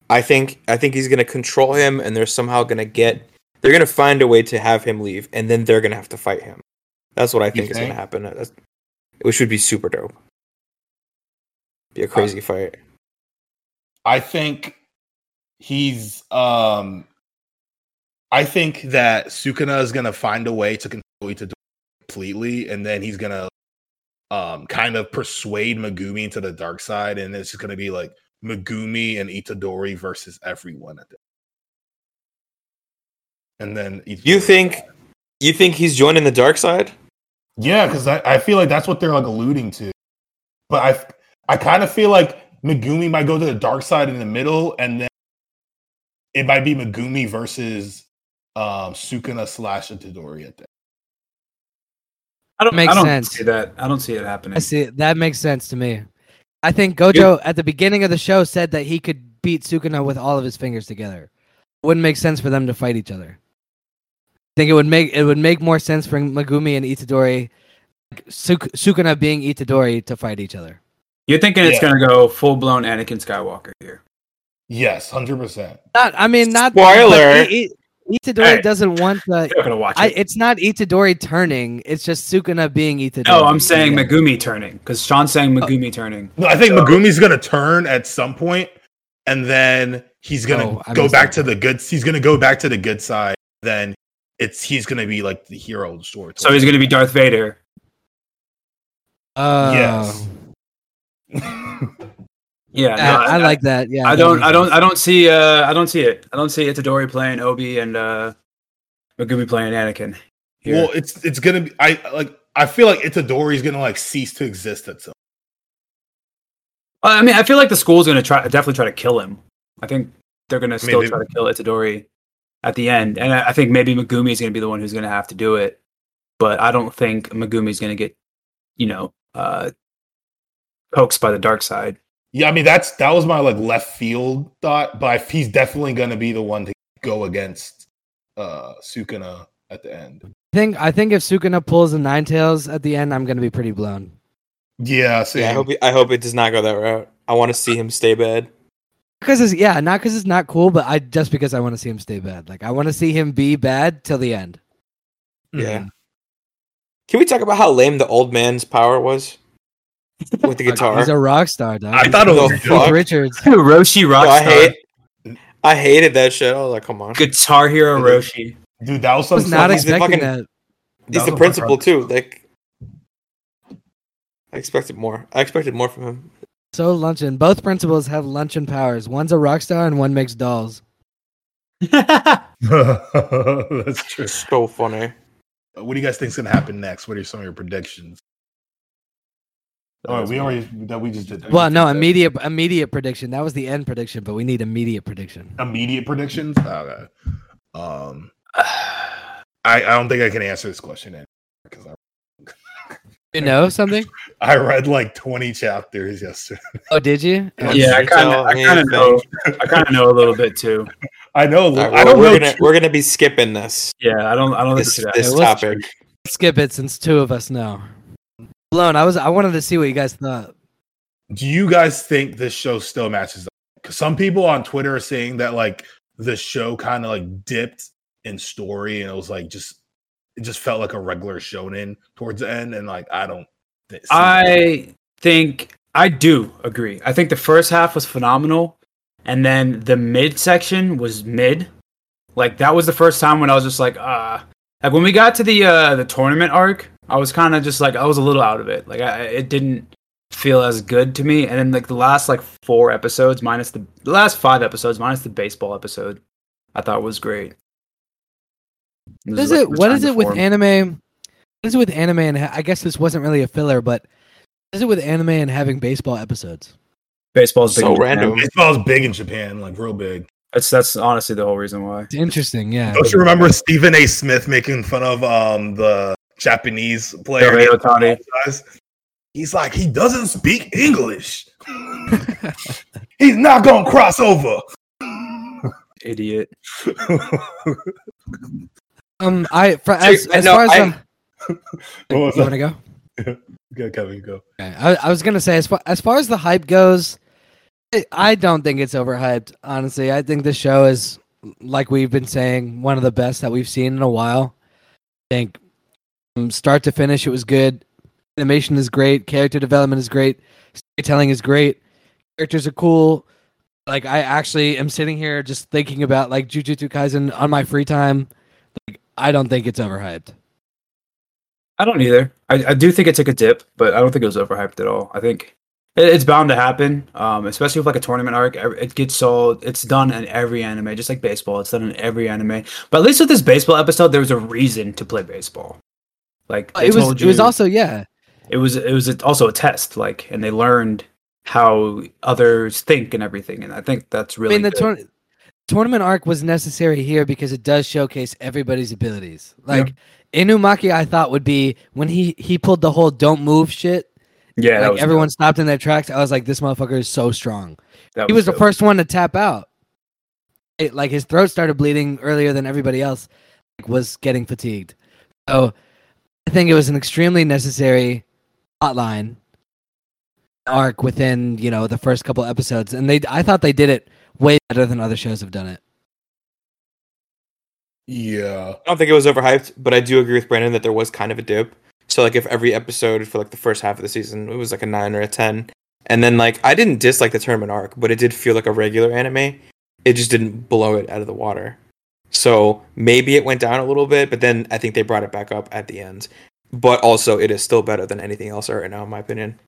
I think I think he's gonna control him, and they're somehow gonna get. They're gonna find a way to have him leave, and then they're gonna have to fight him. That's what I think is think? gonna happen. That's, which would be super dope. Be a crazy fight. I think he's um I think that Sukuna is gonna find a way to control Itadori completely, and then he's gonna um kind of persuade Megumi into the dark side, and it's just gonna be like Megumi and Itadori versus everyone at the and then Itadori- You think you think he's joining the dark side? Yeah, because I, I feel like that's what they're like alluding to. But I I kind of feel like Megumi might go to the dark side in the middle, and then it might be Megumi versus um, Sukuna slash Itadori at that. I don't. Makes I don't sense. see that. I don't see it happening. I see. That makes sense to me. I think Gojo at the beginning of the show said that he could beat Sukuna with all of his fingers together. Wouldn't make sense for them to fight each other. I think it would make it would make more sense for Megumi and Itadori, Suk- Sukuna being Itadori, to fight each other. You're thinking it's Yeah. gonna go full blown Anakin Skywalker here. Yes, hundred percent. Not, I mean, not Spoiler! but I- I- Itadori Hey. doesn't want the. You're not gonna watch I, it. it's not Itadori turning. It's just Sukuna being Itadori. no, I'm saying Yeah. Uh, Megumi turning because Sean's saying Megumi turning. No, I think So- Megumi's gonna turn at some point, and then he's gonna Oh, I go missed back that. to the good. He's gonna go back to the good side. Then it's he's gonna be like the hero of the story. So he's gonna be Darth Vader. Oh. Yes. (laughs) Yeah, Yeah, no, I, like that. Yeah, I that don't. makes I sense. don't. I don't see. Uh, I don't see it. I don't see Itadori playing Obi and uh, Megumi playing Anakin. here. Well, it's it's gonna be. I like. I feel like Itadori's gonna like cease to exist at some. I mean, I feel like the school's gonna try, definitely try to kill him. I think they're gonna still they- try to kill Itadori at the end, and I, I think maybe Megumi's gonna be the one who's gonna have to do it. But I don't think Megumi's gonna get, you know, uh, coaxed by the dark side. Yeah, I mean that's that was my like left field thought, but I, he's definitely going to be the one to go against uh Sukuna at the end. I think I think if Sukuna pulls the nine tails at the end, I'm gonna be pretty blown. Yeah, same. Yeah, I hope he, I hope it does not go that route. I want to see him stay bad. Because it's yeah, not because it's not cool, but I just because I want to see him stay bad. Like I want to see him be bad till the end. Yeah. Can we talk about how lame the old man's power was (laughs) with the guitar? He's a rock star, dog. I thought it was The a Keith joke. fuck? Richards. (laughs) Roshi Yo, I Rockstar, hate. I hated that shit. I was like, come on. Guitar (laughs) Hero Roshi. dude. That was I some was not stuff- he's a expecting fucking- that. that He's the was principal some- too. Like, I expected more. I expected more from him. So luncheon. Both principals have luncheon powers. One's a rock star and one makes dolls. (laughs) that's true. So funny. What do you guys think's going to happen next? What are some of your predictions? All right, we already that we just did. that. Well, no, immediate immediate prediction. That was the end prediction, but we need immediate prediction. immediate predictions. Ah, Okay. (sighs) Um, I I don't think I can answer this question because I You know something? I read like twenty chapters yesterday. Oh, did you? Yeah, I kind of, I kind of know, I kind of know a little bit too. (laughs) I know. All right, I well, don't we're know. gonna tr- we're gonna be skipping this Yeah, I don't, I don't think this, so. this Yeah, let's- topic. Skip it since two of us know. Blown. I was. I wanted to see what you guys thought. do you guys think this show still matches up? (laughs) 'Cause some people on Twitter are saying that like the show kind of like dipped in story and it was like just it just felt like a regular shonen towards the end and like I don't thi- see that. I think I do agree. I think the first half was phenomenal, and then the mid section was mid. Like that was the first time when I was just like, ah. like when we got to the uh the tournament arc, I was kind of just like I was a little out of it. Like I, it didn't feel as good to me. And then like the last like four episodes, minus the, the last five episodes, minus the baseball episode, I thought was great. What is it? What is it with anime? What is it with anime? And ha- I guess this wasn't really a filler, but what is it with anime and having baseball episodes? baseball's So random. baseball's big in Japan, like real big. That's that's honestly the whole reason why. It's interesting. Yeah. Don't you remember Stephen A. Smith making fun of um the Japanese player? Shohei Ohtani. He's like, he doesn't speak English. (laughs) He's not gonna cross (laughs) over. Idiot. Um. I. fr as, Dude, as no, far as I- I'm, What was you want to that? go? Go, Kevin, go. Okay. I, I was gonna say as far as far as the hype goes, I, I don't think it's overhyped. Honestly, I think the show is like we've been saying one of the best that we've seen in a while. I think from start to finish, it was good. Animation is great. Character development is great. Storytelling is great. Characters are cool. Like I actually am sitting here just thinking about like Jujutsu Kaisen on my free time. Like I don't think it's overhyped. I don't either. I, I do think it took a dip, but I don't think it was overhyped at all. I think it, it's bound to happen, um, especially with like a tournament arc. Ev- It gets sold. It's done in every anime, just like baseball. It's done in every anime. But at least with this baseball episode, there was a reason to play baseball. Like they it was. told It was you- also yeah. it was it was also a test. Like and they learned how others think and everything. And I think that's I really. mean, the good. tour- tournament arc was necessary here because it does showcase everybody's abilities. Like Inumaki, I thought would be when he he pulled the whole "don't move" shit. yeah, that like was everyone stopped in their tracks. I was like, this motherfucker is so strong. that he was the dope. first one to tap out. It, like his throat started bleeding earlier than everybody else like, was getting fatigued. So I think it was an extremely necessary hotline arc within you know the first couple episodes, and they I thought they did it way better than other shows have done (laughs) it. Yeah. I don't think it was overhyped, but I do agree with Brandon that there was kind of a dip. So like if every episode for like the first half of the season it was like a nine or a ten, and then like I didn't dislike the tournament arc, but it did feel like a regular anime. It just didn't blow it out of the water. So maybe it went down a little bit, but then I think they brought it back up at the end. But also, it is still better than anything else right now, in my opinion.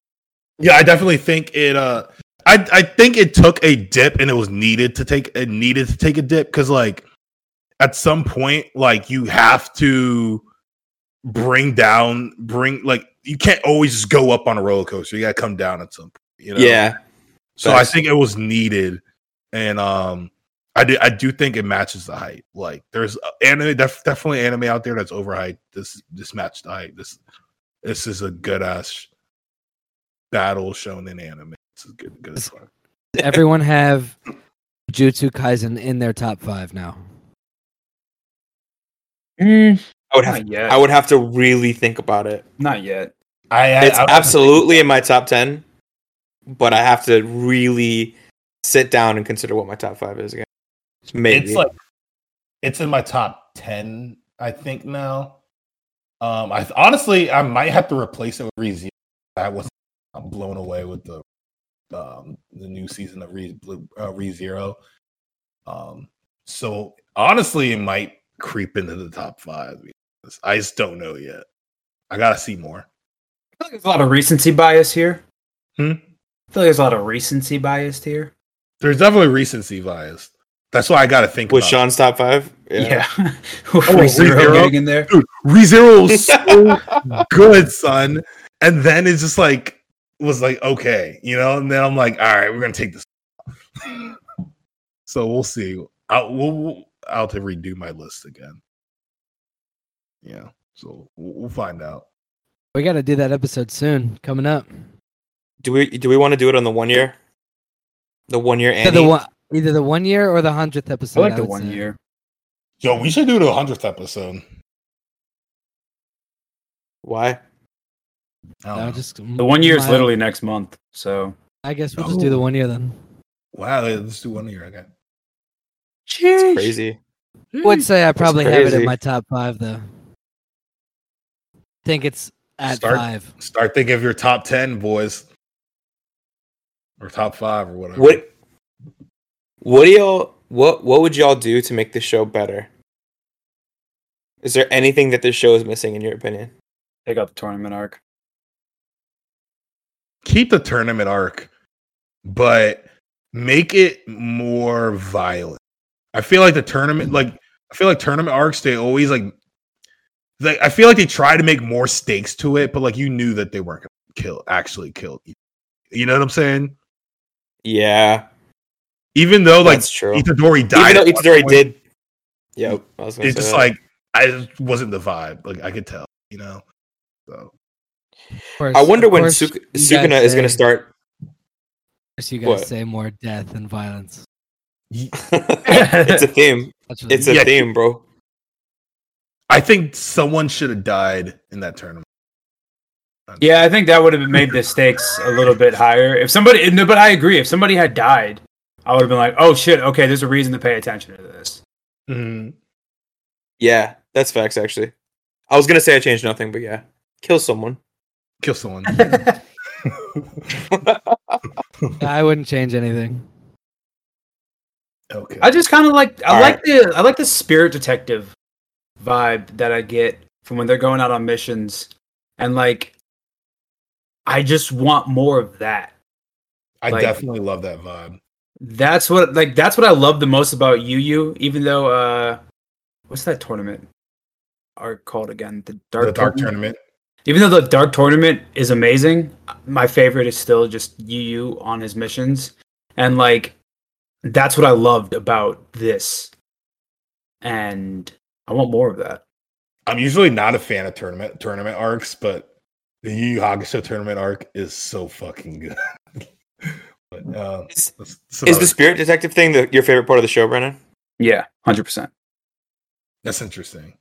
Yeah, I definitely think it. Uh, I I think it took a dip, and it was needed to take it needed to take a dip because like at some point, like you have to bring down, bring like you can't always just go up on a roller coaster. You got to come down at some. point, You know? Yeah, So Facts. I think it was needed, and um, I do I do think it matches the hype. Like there's uh, anime, def- definitely anime out there that's overhyped. This this matched the hype. This this is a good ass battle shown in anime. This is good. Good. As fuck. Does Everyone have Jutsu Kaisen in their top five now. Mm, I would have. not yet. I would have to really think about it. not yet. I, I it's I- absolutely in my top 10 but i have to really sit down and consider what my top five is again maybe It's like it's in my top ten, I think now. Um, I honestly I might have to replace it with ReZero. I was I'm blown away with the um the new season of Re uh, ReZero. Um, so honestly, it might creep into the top five. because I just don't know yet. I gotta see more. I feel like there's a lot of recency bias here. Hmm? I feel like there's a lot of recency bias here. There's definitely recency bias. That's why I gotta think. with about it. sean's top five Yeah. (laughs) Oh, With Zero Zero? getting in there. dude, ReZero (laughs) was so good, son. And then it's just like was like okay, you know. And then I'm like, all right, we're gonna take this. (laughs) so we'll see. I'll we'll, we'll- I'll have to redo my list again. Yeah, so we'll, we'll find out. We got to do that episode soon, coming up. do we do we want to do it on the one year the one year Either and the one, either the one year or the hundredth I episode. like the would one say. year. Yo, we should do the hundredth episode. why I don't No, know. just The one year is mild- literally next month. So I guess we'll just do the Oh. one year then. wow, let's do one year again. it's crazy Would say I probably have it in crazy. my top five though. Think it's at Start. five. Start thinking of your top ten, boys, or top five, or whatever. what what do y'all what what would y'all do to make this show better is there anything that this show is missing in your opinion they got the tournament arc. keep the tournament arc, but make it more violent. I feel like the tournament, like I feel like tournament arcs, they always like, like I feel like they try to make more stakes to it, but like you knew that they weren't gonna kill, actually kill. each- You know what I'm saying? yeah Even though like that's true Itadori even died, though at one Itadori point, did yep I was gonna It's say just that. like I just wasn't the vibe. Like I could tell, you know. So Of course- I wonder of when course Suk- you guys Sukuna is going to say- (laughs) start. of course You guys what? say more death and violence. it's a theme. That's what It's a Yeah. theme, bro. I think someone should have died in that tournament. Yeah, I think that would have (laughs) made the stakes a little bit higher. If somebody, no, but I agree. If somebody had died, I would have been like, oh shit, okay, there's a reason to pay attention to this. Mhm. Yeah, that's facts. Actually, I was going to say I changed nothing, but yeah, kill someone. Kill someone. I wouldn't change anything. okay. I just kind of like I All like the I like the spirit detective vibe that I get from when they're going out on missions and like I just want more of that. I Like- definitely love that vibe. That's what like that's what I love the most about Yu Yu. Even though uh, what's that tournament? Are called again the dark the dark tournament? tournament. Even though the dark tournament is amazing, my favorite is still just Yu Yu on his missions, and like that's what I loved about this. And I want more of that. I'm usually not a fan of tournament tournament arcs, but the Yu Yu Hakusho tournament arc is so fucking good. (laughs) but uh, Is, that's- that's is another- the spirit detective thing the, your favorite part of the show, Brennan? Yeah, hundred percent. that's interesting.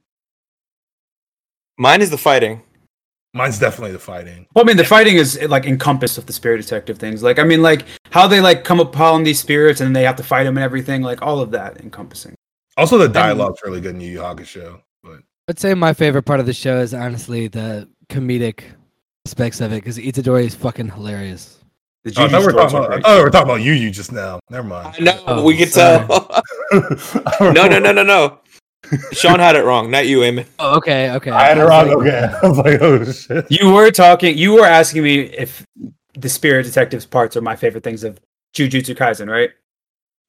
Mine is the fighting. Mine's definitely the fighting. Well, I mean, the fighting is like encompassed with the spirit detective things. Like, I mean, like how they like come upon these spirits and they have to fight them and everything. Like all of that encompassing. Also, the dialogue's really good in Yu Yu Hakusho. But I'd say my favorite part of the show is honestly the comedic aspects of it because Itadori is fucking hilarious. The oh, I thought we Juju were stories talking are about, I great. thought we were talking about Yu Yu just now. Never mind. No, (laughs) Oh, we could sorry. tell. (laughs) no, no, no, (laughs) no, no. Sean had it wrong, not you, Eamon. Oh, okay, okay. I had it was wrong. like- Okay, (laughs) I was like, oh shit. You were talking. You were asking me if the spirit detectives parts are my favorite things of Jujutsu Kaisen, right?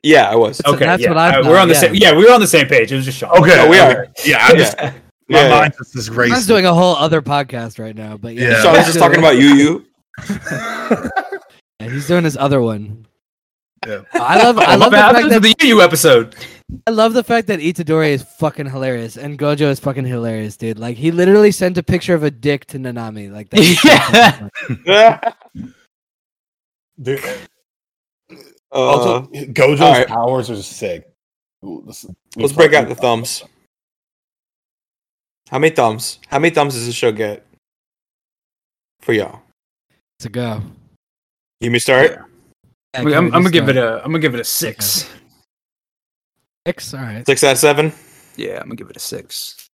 Yeah, I was. So that's yeah. what I've Uh, done, we're on the yeah. same. Yeah, we were on the same page. It was just Sean. Okay, No, we okay. are. Yeah, I'm just Yeah. my Yeah, yeah. mind just is I racing. was doing a whole other podcast right now, but yeah. Yeah. Sean was (laughs) just talking about you, (laughs) you. Yeah, he's doing his other one. Yeah. I love (laughs) I love the fact that the (laughs) Yu episode. I love the fact that Itadori is fucking hilarious and Gojo is fucking hilarious, dude. Like he literally sent a picture of a dick to Nanami. Like that. (laughs) yeah. (laughs) Dude, Uh, also, Gojo's all right. powers are sick. Let's, let's break out the thumbs. How many thumbs? How many thumbs does this show get for y'all? to go. You may start. Yeah, I'm, can we I'm just gonna give start? it a. I'm gonna give it a six. six. All right. Six out of seven. Yeah, I'm gonna give it a six.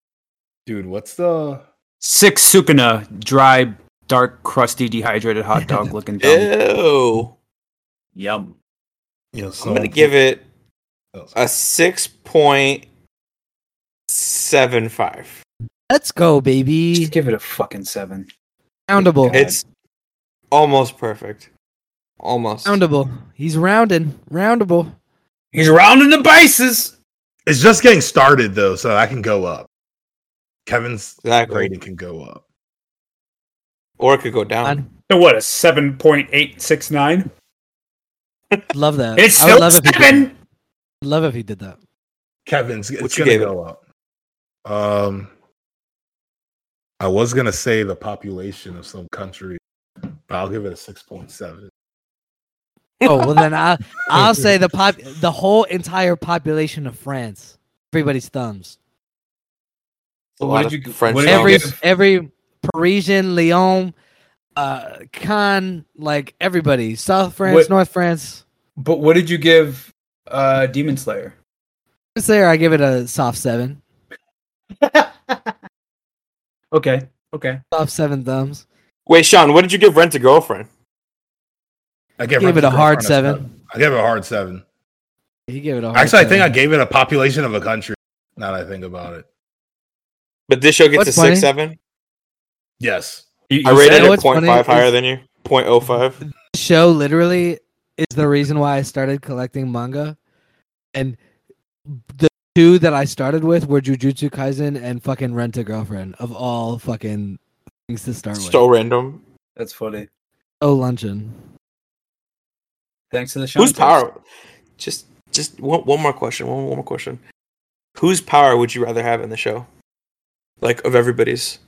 dude. What's the Six Sukuna, dry, dark, crusty, dehydrated (laughs) hot dog looking dumb. Ew. Yum. you know? So I'm gonna give it a six point seven five. Let's go, baby. Just give it a fucking seven. Roundable. Okay. It's almost perfect. Almost. Roundable. He's rounding. Roundable. He's rounding the bases. It's just getting started though, so I can go up. Kevin's Exactly. rating can go up. Or it could go down. On. So what? A seven point eight six nine. Love that. It's I would still love if he did seven. that. Love if he did that. Kevin's What it's you gonna gave go up. Um, I was gonna say the population of some country, but I'll give it a six point seven. Oh well, then I I'll say the pop the whole entire population of France. Everybody's thumbs. It's a What lot did of you- French what did you every films. give- every Parisian, Lyon, uh, Cannes, like everybody, South France, What- North France. But what did you give uh, (laughs) Demon Slayer? It's there. I give it a soft seven, Okay. Okay. soft seven thumbs. Wait, Sean, what did you give Rent a Girlfriend? I give, Gave it a hard seven. I gave it a hard seven. He gave it a. Hard Actually, I think I seven. gave it a population of a country. Now that I think about it, But this show gets What's a six funny? seven. yes, You- I you rated said- know it what's 0.5 funny higher is- than you. 0.05. The show literally is the reason why I started collecting manga, and the two that I started with were Jujutsu Kaisen and fucking Rent a Girlfriend of all fucking things to start with. So random. That's funny. Oh, luncheon. Thanks to the show. Whose power? Just just one, one more question. One, one more question. Whose power would you rather have in the show? Like of everybody's.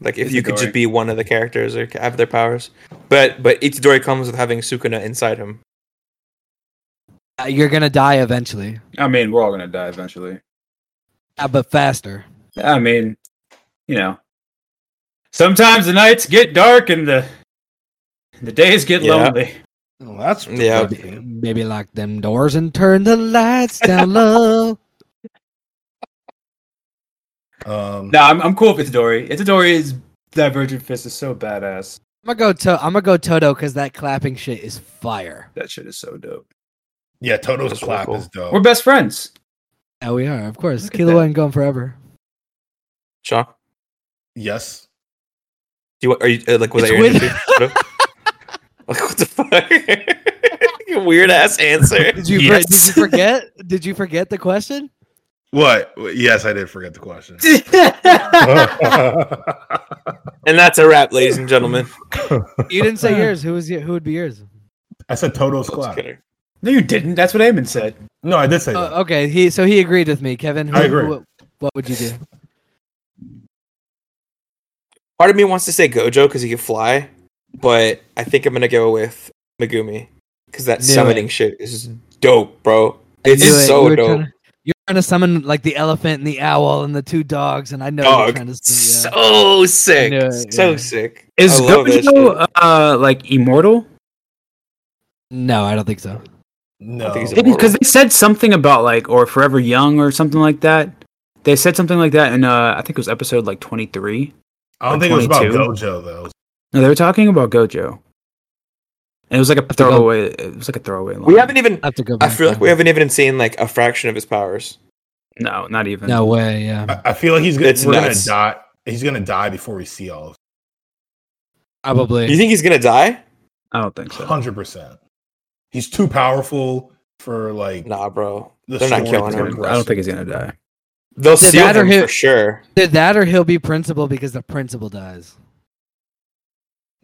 Like if you could just Itadori. be one of the characters or have their powers. But but Itadori comes with having Sukuna inside him. Uh, You're gonna die eventually, I mean, we're all gonna die eventually. uh, but faster. I mean, you know, sometimes the nights get dark and the the days get Yeah. lonely. well, that's Yeah. Maybe, maybe lock them doors and turn the lights down (laughs) low. Um, No, I'm I'm cool with Itadori. Itadori's Divergent Fist is so badass. I'm gonna go to I'm gonna go Toto because that clapping shit is fire. That shit is so dope. yeah, Toto's That's clap cool. is dope. We're best friends. Yeah, we are, of course. Look at Kilo that. and gone forever. Sean? yes, you are you uh, like was It's that your win- answer? Sort of? like what the fuck? (laughs) Your weird ass answer. Did you for- Yes. did you forget? did you forget the question? What? Yes, I did forget the (laughs) question. And that's a wrap, ladies and gentlemen. You didn't (laughs) say yours. Who was y- who would be (laughs) yours? I said Toto's Let's clap. get her. no, you didn't. That's what Eamon said. No, I did say that. Oh, okay, he so he agreed with me, Kevin. Who, I agree. What, what would you do? Part of me wants to say Gojo because he can fly, but I think I'm gonna go with Megumi because that Do summoning shit is just dope, bro. It's You- you so were dope. trying to- You're trying to summon like the elephant and the owl and the two dogs, and I know you're Dog, trying to. summon- yeah. so sick, I knew it, so yeah. sick. Is I love that shit. Gojo uh, like immortal? No, I don't think so. no. I think he's a- Didn't because they said something about like or forever young or something like that. They said something like that in uh, I think it was episode like twenty three. I don't think it was about 22. Gojo though. No, they were talking about Gojo. And it was like a to go- throwaway. It was like a throwaway line. We haven't even. I have to go. I Back feel like we there. haven't even seen like a fraction of his powers. No, not even. No way. Yeah, I, I feel like he's gonna, It's we're nuts. gonna die. He's gonna die before we see all of probably. You think he's gonna die? I don't think so. hundred percent. He's too powerful for like Nah, bro. the They're not story killing to him. I don't think he's gonna die. They'll Did steal that or him hit- for sure. Either that or he'll be principal because the principal dies.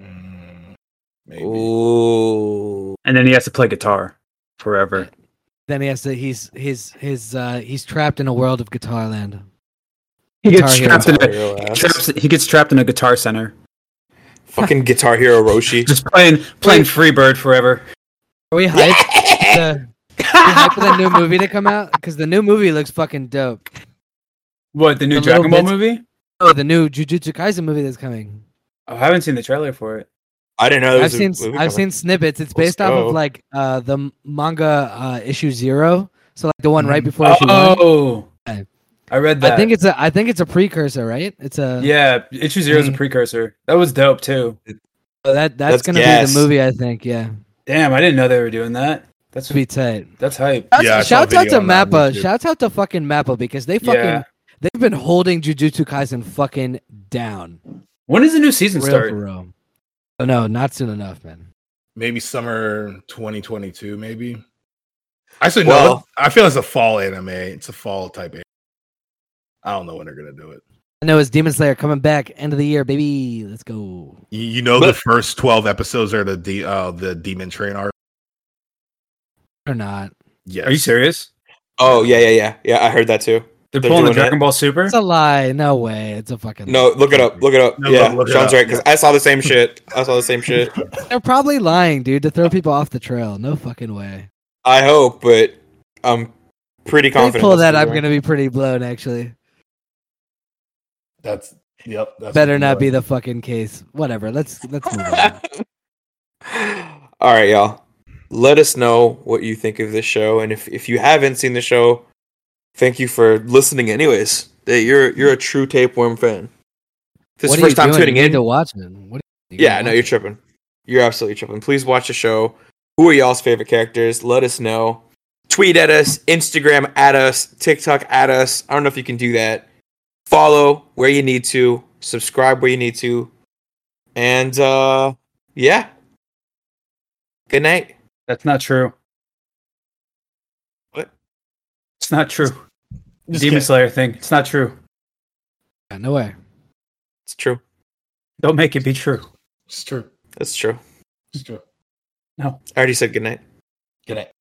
Mm, maybe. Ooh. And then he has to play guitar forever. Then he has to. He's his his uh he's trapped in a world of Guitarland. He Guitar gets Hero. trapped in a Guitar Hero he ass. traps, he gets trapped in a guitar center, Fucking Guitar Hero Roshi. (laughs) just playing playing (laughs) Freebird forever. Are we hyped? (laughs) the, are we hyped for that new movie to come out because the new movie looks fucking dope. What the new The little Dragon Ball bits- movie? Oh, Oh, the new Jujutsu Kaisen movie that's coming. I haven't seen the trailer for it. I didn't know. there I've was a seen movie I've seen coming. snippets. It's Let's based off go. of like uh the m- manga uh issue zero, so like the one right before issue one. Oh, Okay. I read that. I think it's uh, a I think it's a precursor, right? It's a yeah, issue zero is a Hmm. Mhm. precursor. That was dope too. so that that's, That's gonna gas. be the movie. I think yeah, Damn, I didn't know they were doing that. That's to be tight. that's hype. Yeah, I saw Shouts a out to video on that on Mappa. YouTube. Shouts out to fucking Mappa because they fucking Yeah. they've been holding Jujutsu Kaisen fucking down. When does the new season Real start? for real. Oh, no, not soon enough, man. Maybe summer 2022. Maybe. Actually, no. Well- I feel it's a fall anime. It's a fall type. Anime. I don't know when they're gonna do it. I know it's Demon Slayer coming back end of the year, baby. Let's go. You, you know, the But- first 12 episodes are the de- uh, the Demon Train arc. Or not. Yes. Are you serious? Oh yeah, yeah, yeah, yeah. I heard that too. They're, They're pulling the doing Dragon Ball Super. It's a lie. No way. It's a fucking No, look it up. Look it up. No, yeah, look- look it Sean's up. right because I saw the same shit. I saw the same shit. They're probably lying, dude, to throw people off the trail. No fucking way. I hope, but I'm pretty If confident. they pull that's that, gonna I'm be gonna be pretty blown. Actually, (laughs) That's yep. That's better not be the fucking case. Whatever. Let's let's (laughs) move on. All right, y'all. Let us know what you think of this show, and if, if you haven't seen the show, thank you for listening. Anyways, Hey, you're you're a true tapeworm fan. If This What is are the first you time doing? tuning You need in. to watch it. What are you- Yeah, no, you're tripping. You're absolutely tripping. Please watch the show. Who are y'all's favorite characters? Let us know. Tweet at us, Instagram at us, TikTok at us. I don't know if you can do that. Follow where you need to, subscribe where you need to. And uh yeah. Good night. That's not true. What? It's not true. Just Demon kidding. Slayer thing. It's not true. Yeah, no way. It's true. Don't make it be true. It's true. It's true. It's true. I already said good night. Good night.